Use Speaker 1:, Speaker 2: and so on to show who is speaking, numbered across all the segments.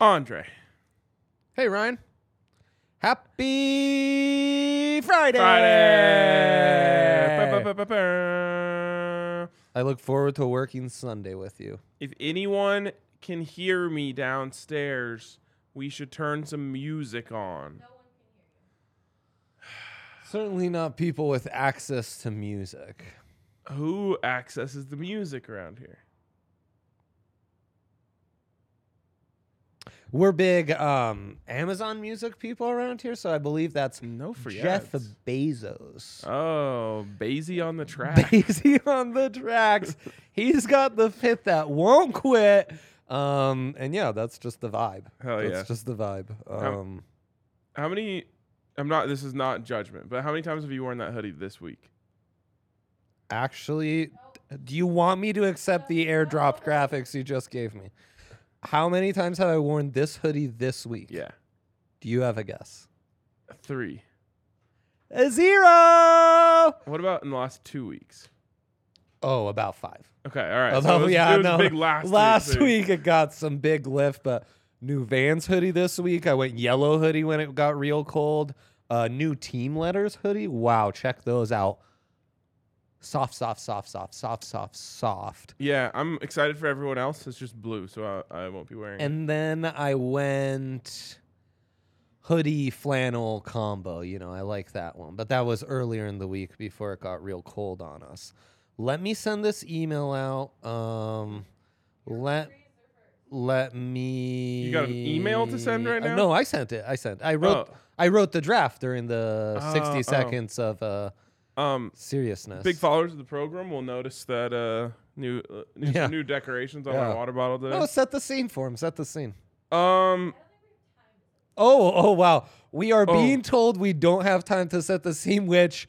Speaker 1: Andre.
Speaker 2: Hey, Ryan. Happy Friday.
Speaker 1: Friday. Ba-ba-ba-ba-ba.
Speaker 2: I look forward to working Sunday with you.
Speaker 1: If anyone can hear me downstairs, we should turn some music on.
Speaker 2: Certainly not people with access to music.
Speaker 1: Who accesses the music around here?
Speaker 2: We're big um, Amazon music people around here, so I believe that's
Speaker 1: No free
Speaker 2: Jeff
Speaker 1: ads.
Speaker 2: Bezos.
Speaker 1: Oh, Basie on the track.
Speaker 2: Bezy Uh. on the tracks. He's got the fit that won't quit. Um, and yeah, that's just the vibe.
Speaker 1: Hell
Speaker 2: that's
Speaker 1: yeah.
Speaker 2: just the vibe.
Speaker 1: How-
Speaker 2: Um,
Speaker 1: How many? I'm not. This is not judgment, but how many times have you worn that hoodie this week?
Speaker 2: Actually, do you want me to accept the airdropped graphics you just gave me? How many times have I worn this hoodie this week?
Speaker 1: Yeah,
Speaker 2: Do you have a guess?
Speaker 1: three.
Speaker 2: A zero.
Speaker 1: What about in the last two weeks?
Speaker 2: Oh, about five.
Speaker 1: Okay, all right. so
Speaker 2: Although,
Speaker 1: it was,
Speaker 2: yeah,
Speaker 1: it was
Speaker 2: no.
Speaker 1: big last week,
Speaker 2: last
Speaker 1: too.
Speaker 2: week it got some big lift, but new Vans hoodie this week. I went yellow hoodie when it got real cold. Uh, new team letters hoodie. Wow, check those out. Soft, soft, soft, soft, soft, soft, soft.
Speaker 1: Yeah, I'm excited for everyone else. It's just blue, so I, I won't be wearing. it.
Speaker 2: And then I went hoodie flannel combo. You know, I like that one. But that was earlier in the week before it got real cold on us. Let me send this email out. Um, let let me.
Speaker 1: You got an email to send right
Speaker 2: Uh,
Speaker 1: now?
Speaker 2: no, I sent it. I sent. I wrote.
Speaker 1: Oh.
Speaker 2: I wrote the draft during the
Speaker 1: Oh, oh.
Speaker 2: sixty seconds of uh,
Speaker 1: Um,
Speaker 2: seriousness.
Speaker 1: big followers of the program will notice that uh, new uh, new,
Speaker 2: Yeah.
Speaker 1: new decorations on my
Speaker 2: Yeah.
Speaker 1: water bottle today.
Speaker 2: No, Oh, set the scene for him. Set the scene.
Speaker 1: Um,
Speaker 2: Oh, oh wow. We are
Speaker 1: Oh.
Speaker 2: being told we don't have time to set the scene, which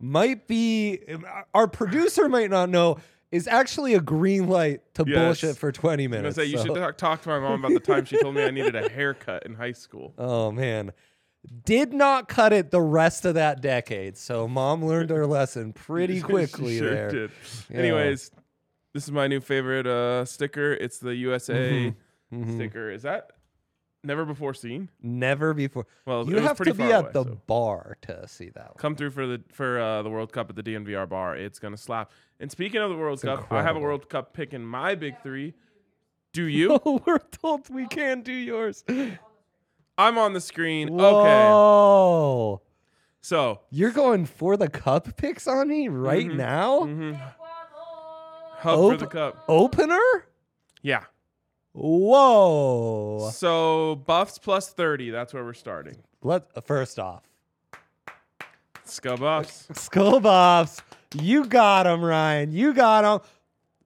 Speaker 2: might be our producer might not know is actually a green light to
Speaker 1: Yes.
Speaker 2: bullshit for 20
Speaker 1: I'm gonna
Speaker 2: minutes.
Speaker 1: say you
Speaker 2: so-
Speaker 1: should talk, talk to my mom about the time she told me I needed a haircut in high school.
Speaker 2: Oh man. Did not cut it the rest of that decade. So mom learned her lesson pretty
Speaker 1: She
Speaker 2: quickly
Speaker 1: sure
Speaker 2: there.
Speaker 1: did.
Speaker 2: Yeah.
Speaker 1: Anyways, this is my new favorite uh, sticker. It's the USA
Speaker 2: Mhm.
Speaker 1: sticker. Is that never before seen?
Speaker 2: Never before.
Speaker 1: Well,
Speaker 2: you
Speaker 1: it was
Speaker 2: have
Speaker 1: pretty
Speaker 2: to be
Speaker 1: far
Speaker 2: at
Speaker 1: away,
Speaker 2: the
Speaker 1: so.
Speaker 2: bar to see that one.
Speaker 1: Come through for the for uh, the World Cup at the DNVR bar. It's gonna slap. And speaking of the World Cup, I have a
Speaker 2: incredible.
Speaker 1: World Cup pick in my big three. Do you?
Speaker 2: Oh, we're told we can do yours.
Speaker 1: I'm on the screen. Okay.
Speaker 2: Whoa.
Speaker 1: So
Speaker 2: You're going for the cup picks on me right
Speaker 1: Mhm.
Speaker 2: now?
Speaker 1: hub for
Speaker 2: Ope-
Speaker 1: the cup.
Speaker 2: Opener?
Speaker 1: Yeah.
Speaker 2: Whoa.
Speaker 1: So buffs plus thirty. That's where we're starting.
Speaker 2: Let first off,
Speaker 1: Let's go buffs.
Speaker 2: Skull Bobs, you got him, Ryan. You got him.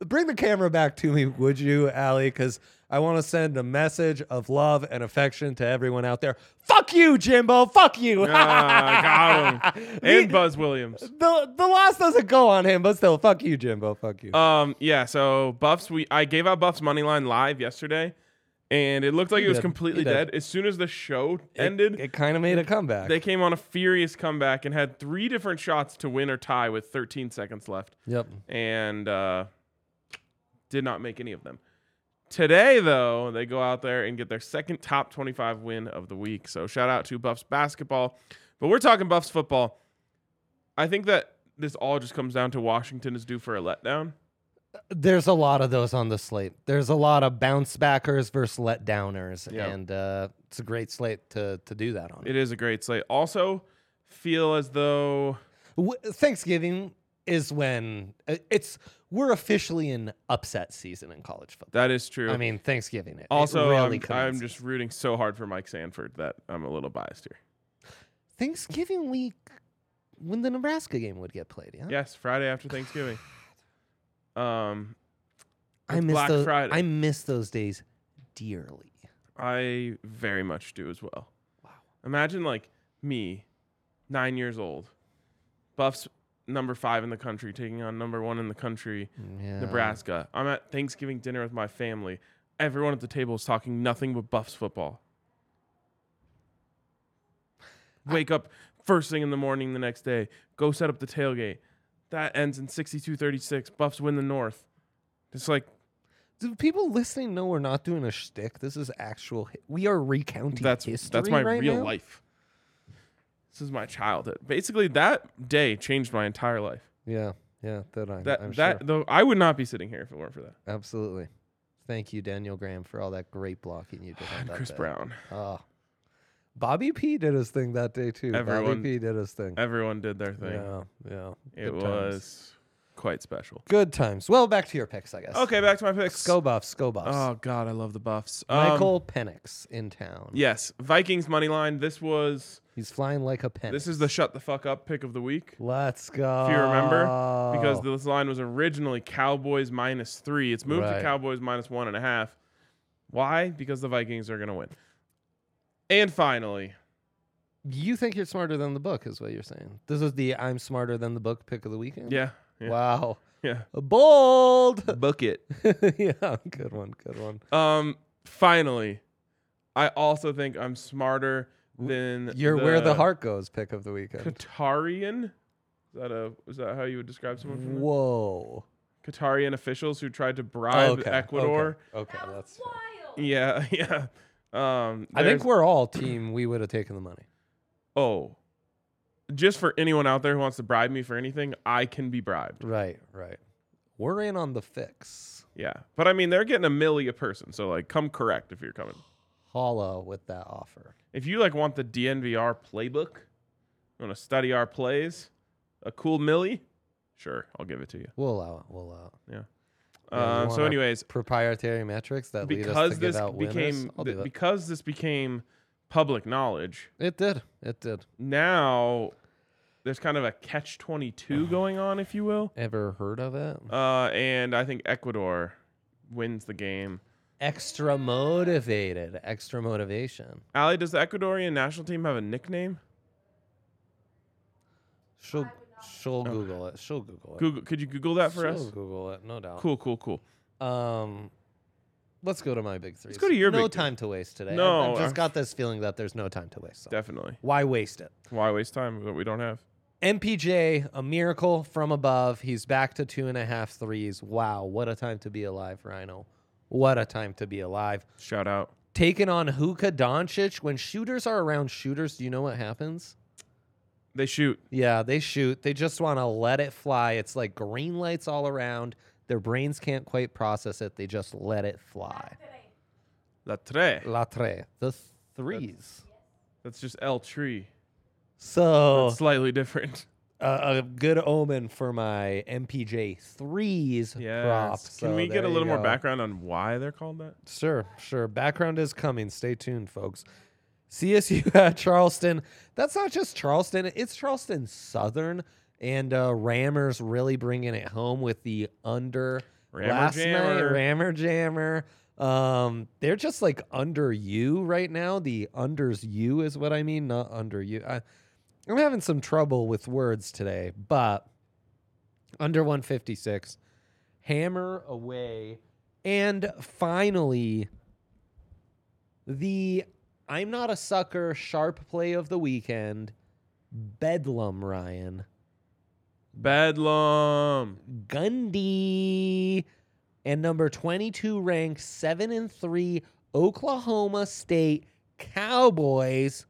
Speaker 2: Bring the camera back to me, would you, Allie? Because I want to send a message of love and affection to everyone out there. Fuck you, Jimbo. Fuck you.
Speaker 1: Ah, got him. And Buzz Williams.
Speaker 2: the the loss doesn't go on him, but still, fuck
Speaker 1: Uh,
Speaker 2: you, Jimbo. Fuck you.
Speaker 1: Um, yeah. So Buffs, we I gave out Buffs money line live yesterday. and it looked like
Speaker 2: He
Speaker 1: it was
Speaker 2: did.
Speaker 1: completely
Speaker 2: He did.
Speaker 1: dead. As soon as the show
Speaker 2: It-
Speaker 1: ended,
Speaker 2: It, kind of made a comeback.
Speaker 1: they came on a furious comeback and had three different shots to win or tie with 13 seconds left,
Speaker 2: yep.
Speaker 1: and uh, did not make any of them. Today, though, they go out there and get their second top 25 win of the week. So shout out to Buffs basketball, but we're talking Buffs football. I think that this all just comes down to Washington is due for a letdown.
Speaker 2: There's a lot of those on the slate. There's a lot of bounce backers versus letdowners,
Speaker 1: Yeah.
Speaker 2: and uh, it's a great slate to to do that on.
Speaker 1: It is a great slate. Also, feel as though
Speaker 2: W- Thanksgiving is when uh, it's we're officially in upset season in college football.
Speaker 1: that is true.
Speaker 2: I mean, Thanksgiving. It, it
Speaker 1: also, um,
Speaker 2: really
Speaker 1: I'm, I'm
Speaker 2: commences.
Speaker 1: just rooting so hard for Mike Sanford that I'm a little biased here.
Speaker 2: Thanksgiving week when the Nebraska game would get played. Yeah,
Speaker 1: Yes, Friday after Thanksgiving. Um,
Speaker 2: I
Speaker 1: it's
Speaker 2: miss
Speaker 1: Black
Speaker 2: those.
Speaker 1: Friday.
Speaker 2: I miss those days dearly.
Speaker 1: I very much do as well.
Speaker 2: Wow.
Speaker 1: Imagine like me, nine years old, Buffs number five in the country, taking on number one in the country,
Speaker 2: Yeah.
Speaker 1: Nebraska. I'm at Thanksgiving dinner with my family. Everyone at the table is talking nothing but Buffs football. Wake up first thing in the morning the next day. Go set up the tailgate. That ends in 62-36. Buffs win the North. It's like
Speaker 2: Do people listening know we're not doing a shtick? This is actual. hi- We are recounting
Speaker 1: that's
Speaker 2: history.
Speaker 1: that's my
Speaker 2: right
Speaker 1: real
Speaker 2: now?
Speaker 1: life. This is my childhood. Basically, that day changed my entire life.
Speaker 2: Yeah, yeah. That I'm,
Speaker 1: That
Speaker 2: I'm
Speaker 1: that
Speaker 2: sure.
Speaker 1: though I would not be sitting here if it weren't for that.
Speaker 2: Absolutely. Thank you, Daniel Graham, for all that great blocking you did. on
Speaker 1: And
Speaker 2: that
Speaker 1: Chris
Speaker 2: day.
Speaker 1: Brown.
Speaker 2: Oh. Bobby P did his thing that day too.
Speaker 1: Everyone-
Speaker 2: Bobby P did his thing.
Speaker 1: Everyone did their thing.
Speaker 2: Yeah, yeah.
Speaker 1: it
Speaker 2: Good
Speaker 1: was
Speaker 2: times.
Speaker 1: quite special.
Speaker 2: good times. Well, back to your picks, I guess.
Speaker 1: Okay, back to my picks.
Speaker 2: Go Buffs, go Buffs.
Speaker 1: Oh God, I love the Buffs. Um,
Speaker 2: Michael Penix in town.
Speaker 1: Yes, Vikings money line. This was
Speaker 2: He's flying like a penix.
Speaker 1: this is the shut the fuck up pick of the week
Speaker 2: Let's go.
Speaker 1: if you remember, because
Speaker 2: Oh.
Speaker 1: this line was originally Cowboys minus three. It's moved to
Speaker 2: Right.
Speaker 1: Cowboys minus one and a half. Why? Because the Vikings are gonna win. And finally,
Speaker 2: you think you're smarter than the book is what you're saying. This is the I'm smarter than the book pick of the weekend.
Speaker 1: yeah, yeah,
Speaker 2: Wow.
Speaker 1: yeah.
Speaker 2: Bold.
Speaker 1: book it.
Speaker 2: yeah. Good one. Good one.
Speaker 1: Um, finally, I also think I'm smarter than
Speaker 2: You're where the heart goes pick of the weekend.
Speaker 1: Qatarian. Is that a is that how you would describe someone? From there?
Speaker 2: Whoa.
Speaker 1: Qatarian officials who tried to bribe Ecuador.
Speaker 2: Okay, okay, that's. fair.
Speaker 1: Yeah, yeah. Um,
Speaker 2: I
Speaker 1: there's-
Speaker 2: think we're all team. We would have taken the money.
Speaker 1: oh, just for anyone out there who wants to bribe me for anything, I can be bribed.
Speaker 2: Right, right. We're in on the fix.
Speaker 1: Yeah, but I mean they're getting a milli a person, so like come correct if you're coming.
Speaker 2: Holla with that offer.
Speaker 1: If you like want the DNVR playbook, want to study our plays, a cool milli, sure, I'll give it to you.
Speaker 2: We'll allow it. We'll allow it. Yeah, you
Speaker 1: Uh,
Speaker 2: want
Speaker 1: so,
Speaker 2: our
Speaker 1: anyways,
Speaker 2: Proprietary metrics that lead us
Speaker 1: because
Speaker 2: to give
Speaker 1: this
Speaker 2: out winners.
Speaker 1: became
Speaker 2: I'll
Speaker 1: th-
Speaker 2: do it.
Speaker 1: because this became public knowledge,
Speaker 2: It did. It did.
Speaker 1: now there's kind of a catch 22 going on, if you will.
Speaker 2: Ever heard of it?
Speaker 1: Uh, and I think Ecuador wins the game.
Speaker 2: Extra motivated. Extra motivation.
Speaker 1: Ali, does the Ecuadorian national team have a nickname?
Speaker 2: She'll she'll Google it. She'll Google it.
Speaker 1: Google, could you Google that for
Speaker 2: She'll
Speaker 1: us?
Speaker 2: Google it. No doubt.
Speaker 1: Cool, cool, cool.
Speaker 2: Um, let's go to my big three.
Speaker 1: Let's go to your
Speaker 2: no
Speaker 1: big three.
Speaker 2: time to waste today. I've-
Speaker 1: No,
Speaker 2: I've,
Speaker 1: I've-
Speaker 2: just got this feeling that there's no time to waste. So
Speaker 1: Definitely.
Speaker 2: why waste it?
Speaker 1: Why waste time with what we don't have?
Speaker 2: MPJ, a miracle from above. He's back to two and a half threes. Wow, what a time to be alive, Rhino. What a time to be alive.
Speaker 1: Shout out.
Speaker 2: Taking on Huka Doncic. When shooters are around shooters, do you know what happens?
Speaker 1: They shoot.
Speaker 2: Yeah, they shoot. They just want to let it fly. It's like green lights all around. Their brains can't quite process it. They just let it fly.
Speaker 1: La Tre.
Speaker 2: La tre, the threes.
Speaker 1: That's just El Tree.
Speaker 2: So Oh.
Speaker 1: That's slightly different.
Speaker 2: uh, a good omen for my MPJ threes
Speaker 1: Yes.
Speaker 2: prop.
Speaker 1: Can
Speaker 2: So
Speaker 1: we get
Speaker 2: there
Speaker 1: a
Speaker 2: you
Speaker 1: little more
Speaker 2: go.
Speaker 1: background on why they're called that?
Speaker 2: Sure, sure. Background is coming. Stay tuned, folks. CSU at Charleston. That's not just Charleston, it's Charleston Southern. And uh, Rammers really bringing it home with the under
Speaker 1: Rammer
Speaker 2: last
Speaker 1: jammer.
Speaker 2: night. Rammer Jammer. Um, they're just like under you right now. The unders you is what I mean, not under you. I, I'm having some trouble with words today, but under 156 hammer away and finally the I'm not a sucker sharp play of the weekend, Bedlam Ryan.
Speaker 1: Bedlam.
Speaker 2: Gundy. And number 22 ranked 7 and 3 Oklahoma State Cowboys.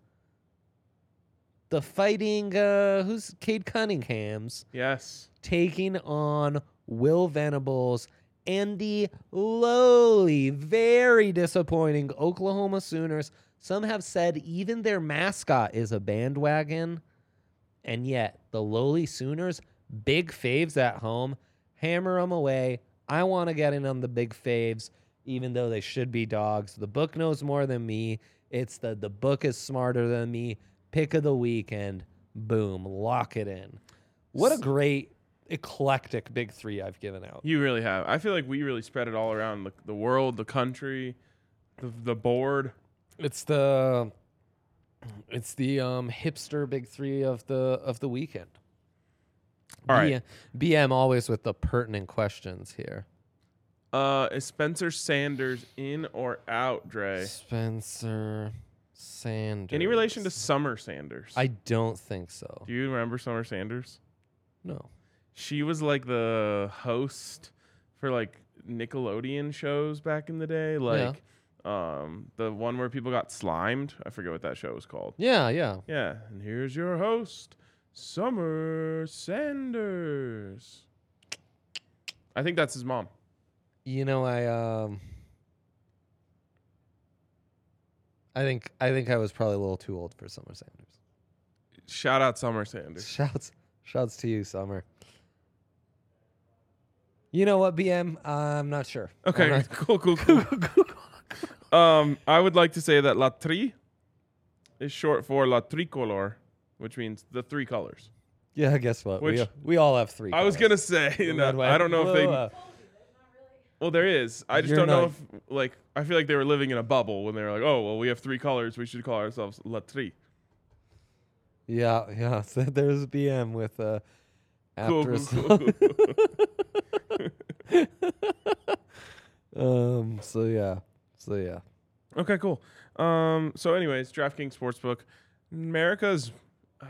Speaker 2: The fighting uh who's Cade Cunningham's
Speaker 1: Yes.
Speaker 2: taking on Will Venables and the lowly, very disappointing Oklahoma Sooners. Some have said even their mascot is a bandwagon. And yet, the lowly Sooners, big faves at home, hammer them away. I want to get in on the big faves, even though they should be dogs. The book knows more than me. It's the the book is smarter than me. Pick of the weekend. Boom. Lock it in. What a great eclectic big three I've given out.
Speaker 1: You really have. I feel like we really spread it all around the, the world, the country, the, the board.
Speaker 2: It's the it's the um, hipster big three of the of the weekend.
Speaker 1: All right.
Speaker 2: B- BM always with the pertinent questions here.
Speaker 1: Uh, is Spencer Sanders in or out, Dre?
Speaker 2: Spencer Sanders.
Speaker 1: Any relation to Summer Sanders?
Speaker 2: I don't think so.
Speaker 1: Do you remember Summer Sanders?
Speaker 2: No.
Speaker 1: She was like the host for like Nickelodeon shows back in the day, like um the one where people got slimed. I forget what that show was called.
Speaker 2: Yeah, yeah.
Speaker 1: Yeah, and here's your host, Summer Sanders. I think that's his mom.
Speaker 2: You know, I um I think I think I was probably a little too old for Summer Sanders.
Speaker 1: Shout out Summer Sanders.
Speaker 2: Shouts, shouts to you, Summer. You know what, BM? I'm not sure. I'm
Speaker 1: Okay,
Speaker 2: not-
Speaker 1: cool, cool, cool. Um, I would like to say that La Tri is short for La Tricolor, which means the three colors.
Speaker 2: yeah, guess what? we,
Speaker 1: Which-
Speaker 2: we all have three.
Speaker 1: I was
Speaker 2: colors.
Speaker 1: gonna say, you
Speaker 2: Red,
Speaker 1: know,
Speaker 2: white,
Speaker 1: I don't know if
Speaker 2: blue,
Speaker 1: they.
Speaker 2: uh,
Speaker 1: Well, there is. I just
Speaker 2: You're
Speaker 1: don't know
Speaker 2: not-
Speaker 1: if like I feel like they were living in a bubble when they were like, oh well, we have three colors, we should call ourselves La Tri.
Speaker 2: yeah, yeah. So there's BM with uh, after
Speaker 1: Cool,
Speaker 2: a
Speaker 1: cool, cool, cool.
Speaker 2: song. um. So yeah. So yeah.
Speaker 1: Okay, cool. Um, so, anyways, DraftKings Sportsbook, America's. Uh,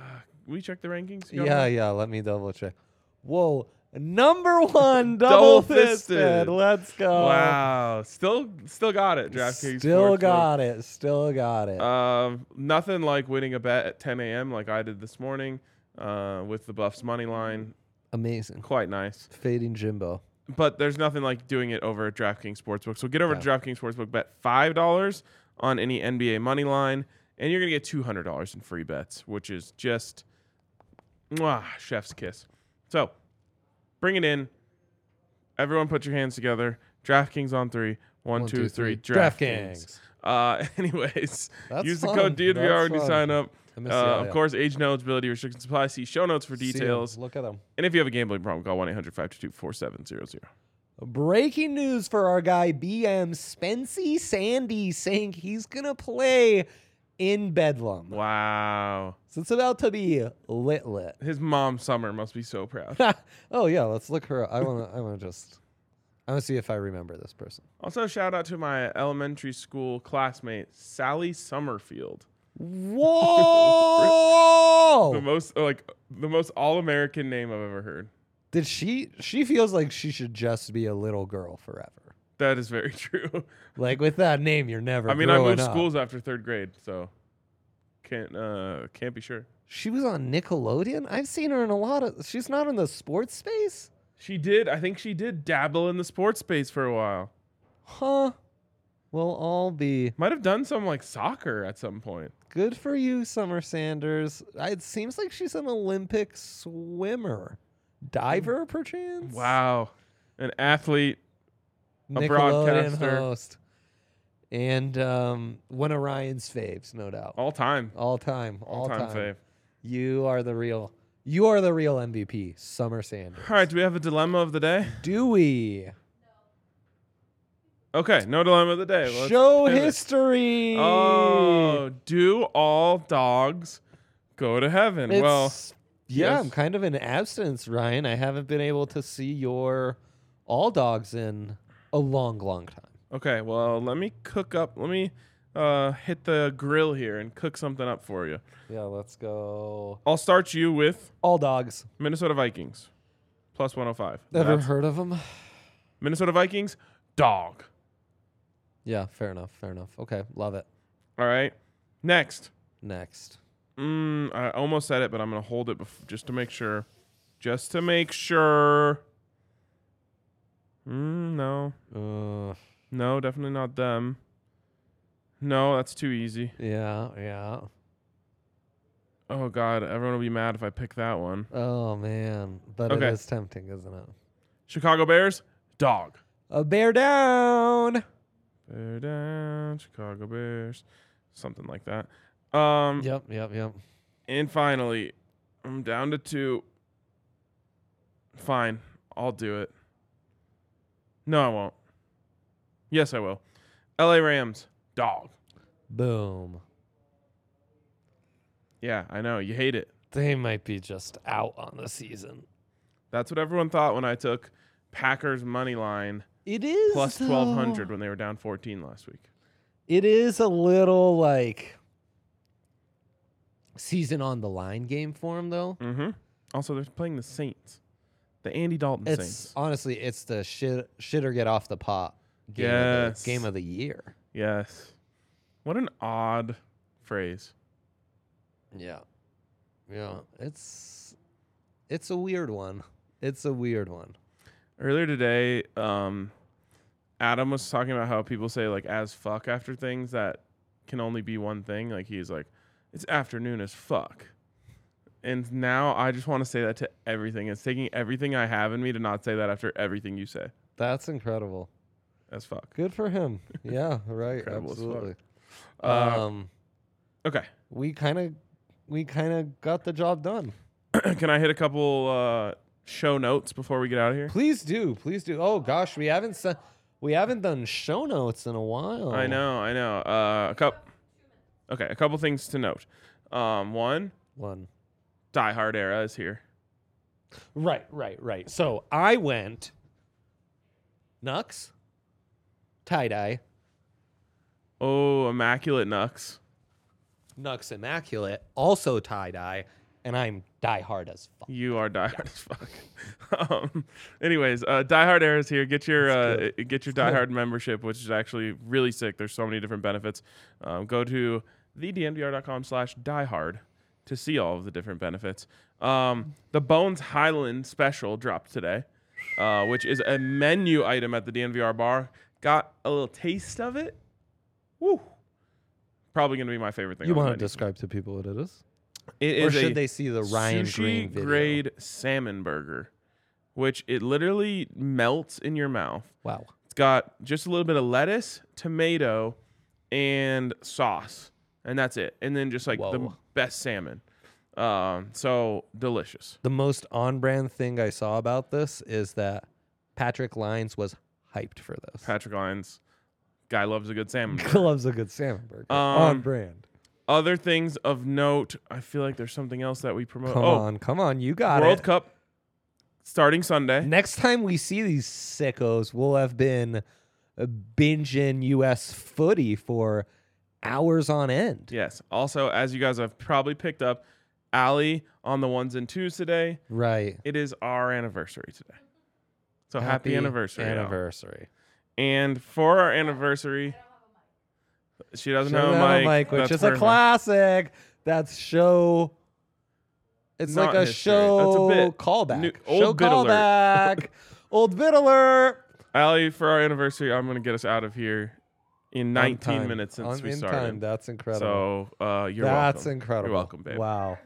Speaker 1: we check the rankings. You got
Speaker 2: Yeah,
Speaker 1: them?
Speaker 2: yeah. Let me double check. Whoa. Number one, double fisted.
Speaker 1: fisted.
Speaker 2: Let's go.
Speaker 1: Wow. Still, still got it. DraftKings.
Speaker 2: Still
Speaker 1: Sportsbook.
Speaker 2: got it. Still got it.
Speaker 1: Um, nothing like winning a bet at 10 a.m. like I did this morning, uh, with the Buffs money line.
Speaker 2: Amazing.
Speaker 1: Quite nice.
Speaker 2: Fading Jimbo.
Speaker 1: But there's nothing like doing it over at DraftKings Sportsbook. So get over to
Speaker 2: Yeah.
Speaker 1: DraftKings Sportsbook, bet five dollars on any NBA money line, and you're gonna get two hundred dollars in free bets, which is just mwah, chef's kiss. So bring it in. Everyone, put your hands together. DraftKings on three. One,
Speaker 2: One,
Speaker 1: two,
Speaker 2: two,
Speaker 1: three.
Speaker 2: three. DraftKings.
Speaker 1: DraftKings. Uh, anyways,
Speaker 2: That's
Speaker 1: use
Speaker 2: fun.
Speaker 1: the code DNVR
Speaker 2: That's
Speaker 1: when you
Speaker 2: fun.
Speaker 1: sign up.
Speaker 2: I
Speaker 1: Uh,
Speaker 2: miss y'all,
Speaker 1: of
Speaker 2: yeah.
Speaker 1: course, age and eligibility restrictions apply. See show notes for
Speaker 2: See 'em.
Speaker 1: details.
Speaker 2: Look at them.
Speaker 1: And if you have a gambling problem, call 1 800 522 4700.
Speaker 2: Breaking news for our guy BM Spency Sandy saying he's gonna play in Bedlam.
Speaker 1: Wow.
Speaker 2: So it's about to be lit lit.
Speaker 1: His mom, Summer, must be so proud.
Speaker 2: oh yeah, let's look her up. I wanna I wanna just I wanna see if I remember this person.
Speaker 1: Also, shout out to my elementary school classmate, Sally Summerfield. The
Speaker 2: Whoa!
Speaker 1: most, like, the most all American name I've ever heard.
Speaker 2: Did she she feels like she should just be a little girl forever.
Speaker 1: That is very true.
Speaker 2: Like with that name, you're never.
Speaker 1: I mean, I
Speaker 2: growing
Speaker 1: moved
Speaker 2: up.
Speaker 1: schools after third grade, so can't, uh, can't be sure.
Speaker 2: She was on Nickelodeon. I've seen her in a lot of. She's not in the sports space,
Speaker 1: She did, I think she did dabble in the sports space for a while.
Speaker 2: huh? We'll all be
Speaker 1: Might have done some, like, soccer at some point.
Speaker 2: good for you, Summer Sanders. I- It seems like she's an Olympic swimmer, diver, perchance.
Speaker 1: Wow. An athlete.
Speaker 2: Nickelodeon
Speaker 1: broadcaster.
Speaker 2: host, and um, one of Ryan's faves, no doubt,
Speaker 1: All time.
Speaker 2: all time,
Speaker 1: All, time, fave.
Speaker 2: You are the real. You are the real MVP, Summer Sanders.
Speaker 1: All right, do we have a dilemma of the day?
Speaker 2: Do we
Speaker 1: Okay, no dilemma of the day. Let's
Speaker 2: show
Speaker 1: pivot.
Speaker 2: history?
Speaker 1: Oh, do all dogs go to heaven? well,
Speaker 2: It's- yeah, I'm
Speaker 1: yes.
Speaker 2: kind of in abstinence, Ryan. I haven't been able to see your all dogs in a long, long time.
Speaker 1: okay. Well, let me cook up. Let me uh, hit the grill here and cook something up for you.
Speaker 2: Yeah, let's go.
Speaker 1: I'll start you with
Speaker 2: All dogs.
Speaker 1: Minnesota Vikings, plus 105.
Speaker 2: Ever
Speaker 1: That's-
Speaker 2: heard of them?
Speaker 1: Minnesota Vikings, dog.
Speaker 2: Yeah, fair enough. Fair enough. Okay, love it.
Speaker 1: All right. Next.
Speaker 2: Next.
Speaker 1: Mm, I almost said it, but I'm going to hold it bef- just to make sure. Just to make sure. Mm, no.
Speaker 2: Uh,
Speaker 1: No, definitely not them. No, that's too easy.
Speaker 2: yeah, yeah.
Speaker 1: Oh, God. Everyone will be mad if I pick that one.
Speaker 2: Oh man, but
Speaker 1: Okay.
Speaker 2: it is tempting, isn't it?
Speaker 1: Chicago Bears, dog.
Speaker 2: A bear down.
Speaker 1: Bear down, Chicago Bears. Something like that. Um,
Speaker 2: Yep, yep, yep.
Speaker 1: And finally, I'm down to two. Fine, I'll do it. No, I won't. Yes, I will. LA Rams, dog.
Speaker 2: Boom.
Speaker 1: Yeah, I know. You hate it.
Speaker 2: They might be just out on the season.
Speaker 1: That's what everyone thought when I took Packers money line
Speaker 2: It is
Speaker 1: plus
Speaker 2: though.
Speaker 1: 1200 when they were down 14 last week.
Speaker 2: It is a little like season on the line game form though.
Speaker 1: Mhm. Also, they're playing the Saints. The Andy Dalton
Speaker 2: It's
Speaker 1: Saints.
Speaker 2: honestly, it's the shit, shit or get off the pot game, of
Speaker 1: Yes.
Speaker 2: the, game of the year.
Speaker 1: Yes. What an odd phrase.
Speaker 2: Yeah, yeah. It's it's a weird one. It's a weird one.
Speaker 1: Earlier today, um, Adam was talking about how people say like as fuck after things that can only be one thing. Like he's like, it's afternoon as fuck. And now I just want to say that to everything. It's taking everything I have in me to not say that after everything you say
Speaker 2: That's incredible.
Speaker 1: as fuck.
Speaker 2: Good for him. Yeah, right.
Speaker 1: Incredible as fuck.
Speaker 2: absolutely.
Speaker 1: Uh,
Speaker 2: um,
Speaker 1: okay.
Speaker 2: we kind of we kind of got the job done.
Speaker 1: can I hit a couple uh, show notes before we get out of here?
Speaker 2: Please do, please do. Oh gosh, we haven't se- we haven't done show notes in a while.
Speaker 1: I know, I know. Uh, a cup. Okay, a couple things to note. Um, one,
Speaker 2: One.
Speaker 1: Die Hard era is here.
Speaker 2: Right, right, right. So I went Nux, tie dye,
Speaker 1: Oh, immaculate Nux.
Speaker 2: Nux Immaculate, also tie dye, and I'm die hard as fuck.
Speaker 1: You are die hard as fuck. um, anyways, uh, Die Hard era is here. Get your
Speaker 2: That's
Speaker 1: uh, get your Die
Speaker 2: good.
Speaker 1: Hard membership, which is actually really sick. There's so many different benefits. Um, go to thedmdr.com slash diehard to see all of the different benefits. Um, the Bones Highland special dropped today, uh, which is a menu item at the DNVR bar. Got a little taste of it. Woo! Probably gonna be my favorite thing.
Speaker 2: You
Speaker 1: on the
Speaker 2: want to
Speaker 1: menu.
Speaker 2: describe to people what it is,
Speaker 1: It
Speaker 2: or
Speaker 1: is a-
Speaker 2: should they see the Ryan
Speaker 1: sushi
Speaker 2: Green video?
Speaker 1: grade salmon burger, which it literally melts in your mouth.
Speaker 2: Wow.
Speaker 1: It's got just a little bit of lettuce, tomato, and sauce, and that's it. And then just like the
Speaker 2: Whoa.
Speaker 1: best salmon. Um, so delicious.
Speaker 2: The most on-brand thing I saw about this is that Patrick Lyons was hyped for this.
Speaker 1: Patrick Lyons, guy loves a good salmon. burger.
Speaker 2: loves a good salmon burger.
Speaker 1: Um,
Speaker 2: on brand.
Speaker 1: Other things of note, I feel like there's something else that we promote.
Speaker 2: Come
Speaker 1: oh,
Speaker 2: on, come on, you got
Speaker 1: World
Speaker 2: it.
Speaker 1: Cup starting Sunday.
Speaker 2: Next time we see these sickos, we'll have been binging U.S. footy for hours on end.
Speaker 1: Yes. Also, as you guys have probably picked up, Ali on the ones and twos today.
Speaker 2: Right.
Speaker 1: It is our anniversary today. So happy, anniversary. Al.
Speaker 2: Anniversary.
Speaker 1: And for our anniversary, she doesn't have
Speaker 2: Shout out
Speaker 1: a mic.
Speaker 2: which
Speaker 1: That's
Speaker 2: is a
Speaker 1: perfect.
Speaker 2: classic. That's show. It's
Speaker 1: Not
Speaker 2: like a
Speaker 1: history. That's a
Speaker 2: show
Speaker 1: bit.
Speaker 2: callback.
Speaker 1: New-
Speaker 2: show
Speaker 1: old bit alert.
Speaker 2: callback. old bit alert.
Speaker 1: Ali, for our anniversary, I'm going to get us out of here in 19
Speaker 2: On time.
Speaker 1: minutes since
Speaker 2: On-
Speaker 1: we
Speaker 2: in
Speaker 1: started.
Speaker 2: Time. That's incredible.
Speaker 1: so uh, you're
Speaker 2: That's
Speaker 1: welcome.
Speaker 2: incredible.
Speaker 1: You're welcome, babe.
Speaker 2: Wow.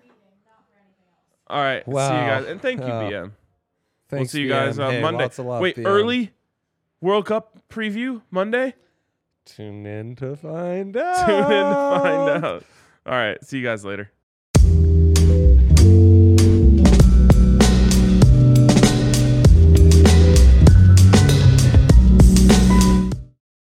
Speaker 1: All right. See you
Speaker 2: Wow.
Speaker 1: guys. And thank you,
Speaker 2: Uh,
Speaker 1: BM.
Speaker 2: Thanks,
Speaker 1: we'll see you
Speaker 2: BM.
Speaker 1: guys on
Speaker 2: Hey,
Speaker 1: Monday.
Speaker 2: lots of love,
Speaker 1: Wait,
Speaker 2: BM.
Speaker 1: early World Cup preview Monday?
Speaker 2: Tune in to find
Speaker 1: Tune in to find out. All right. See you guys later.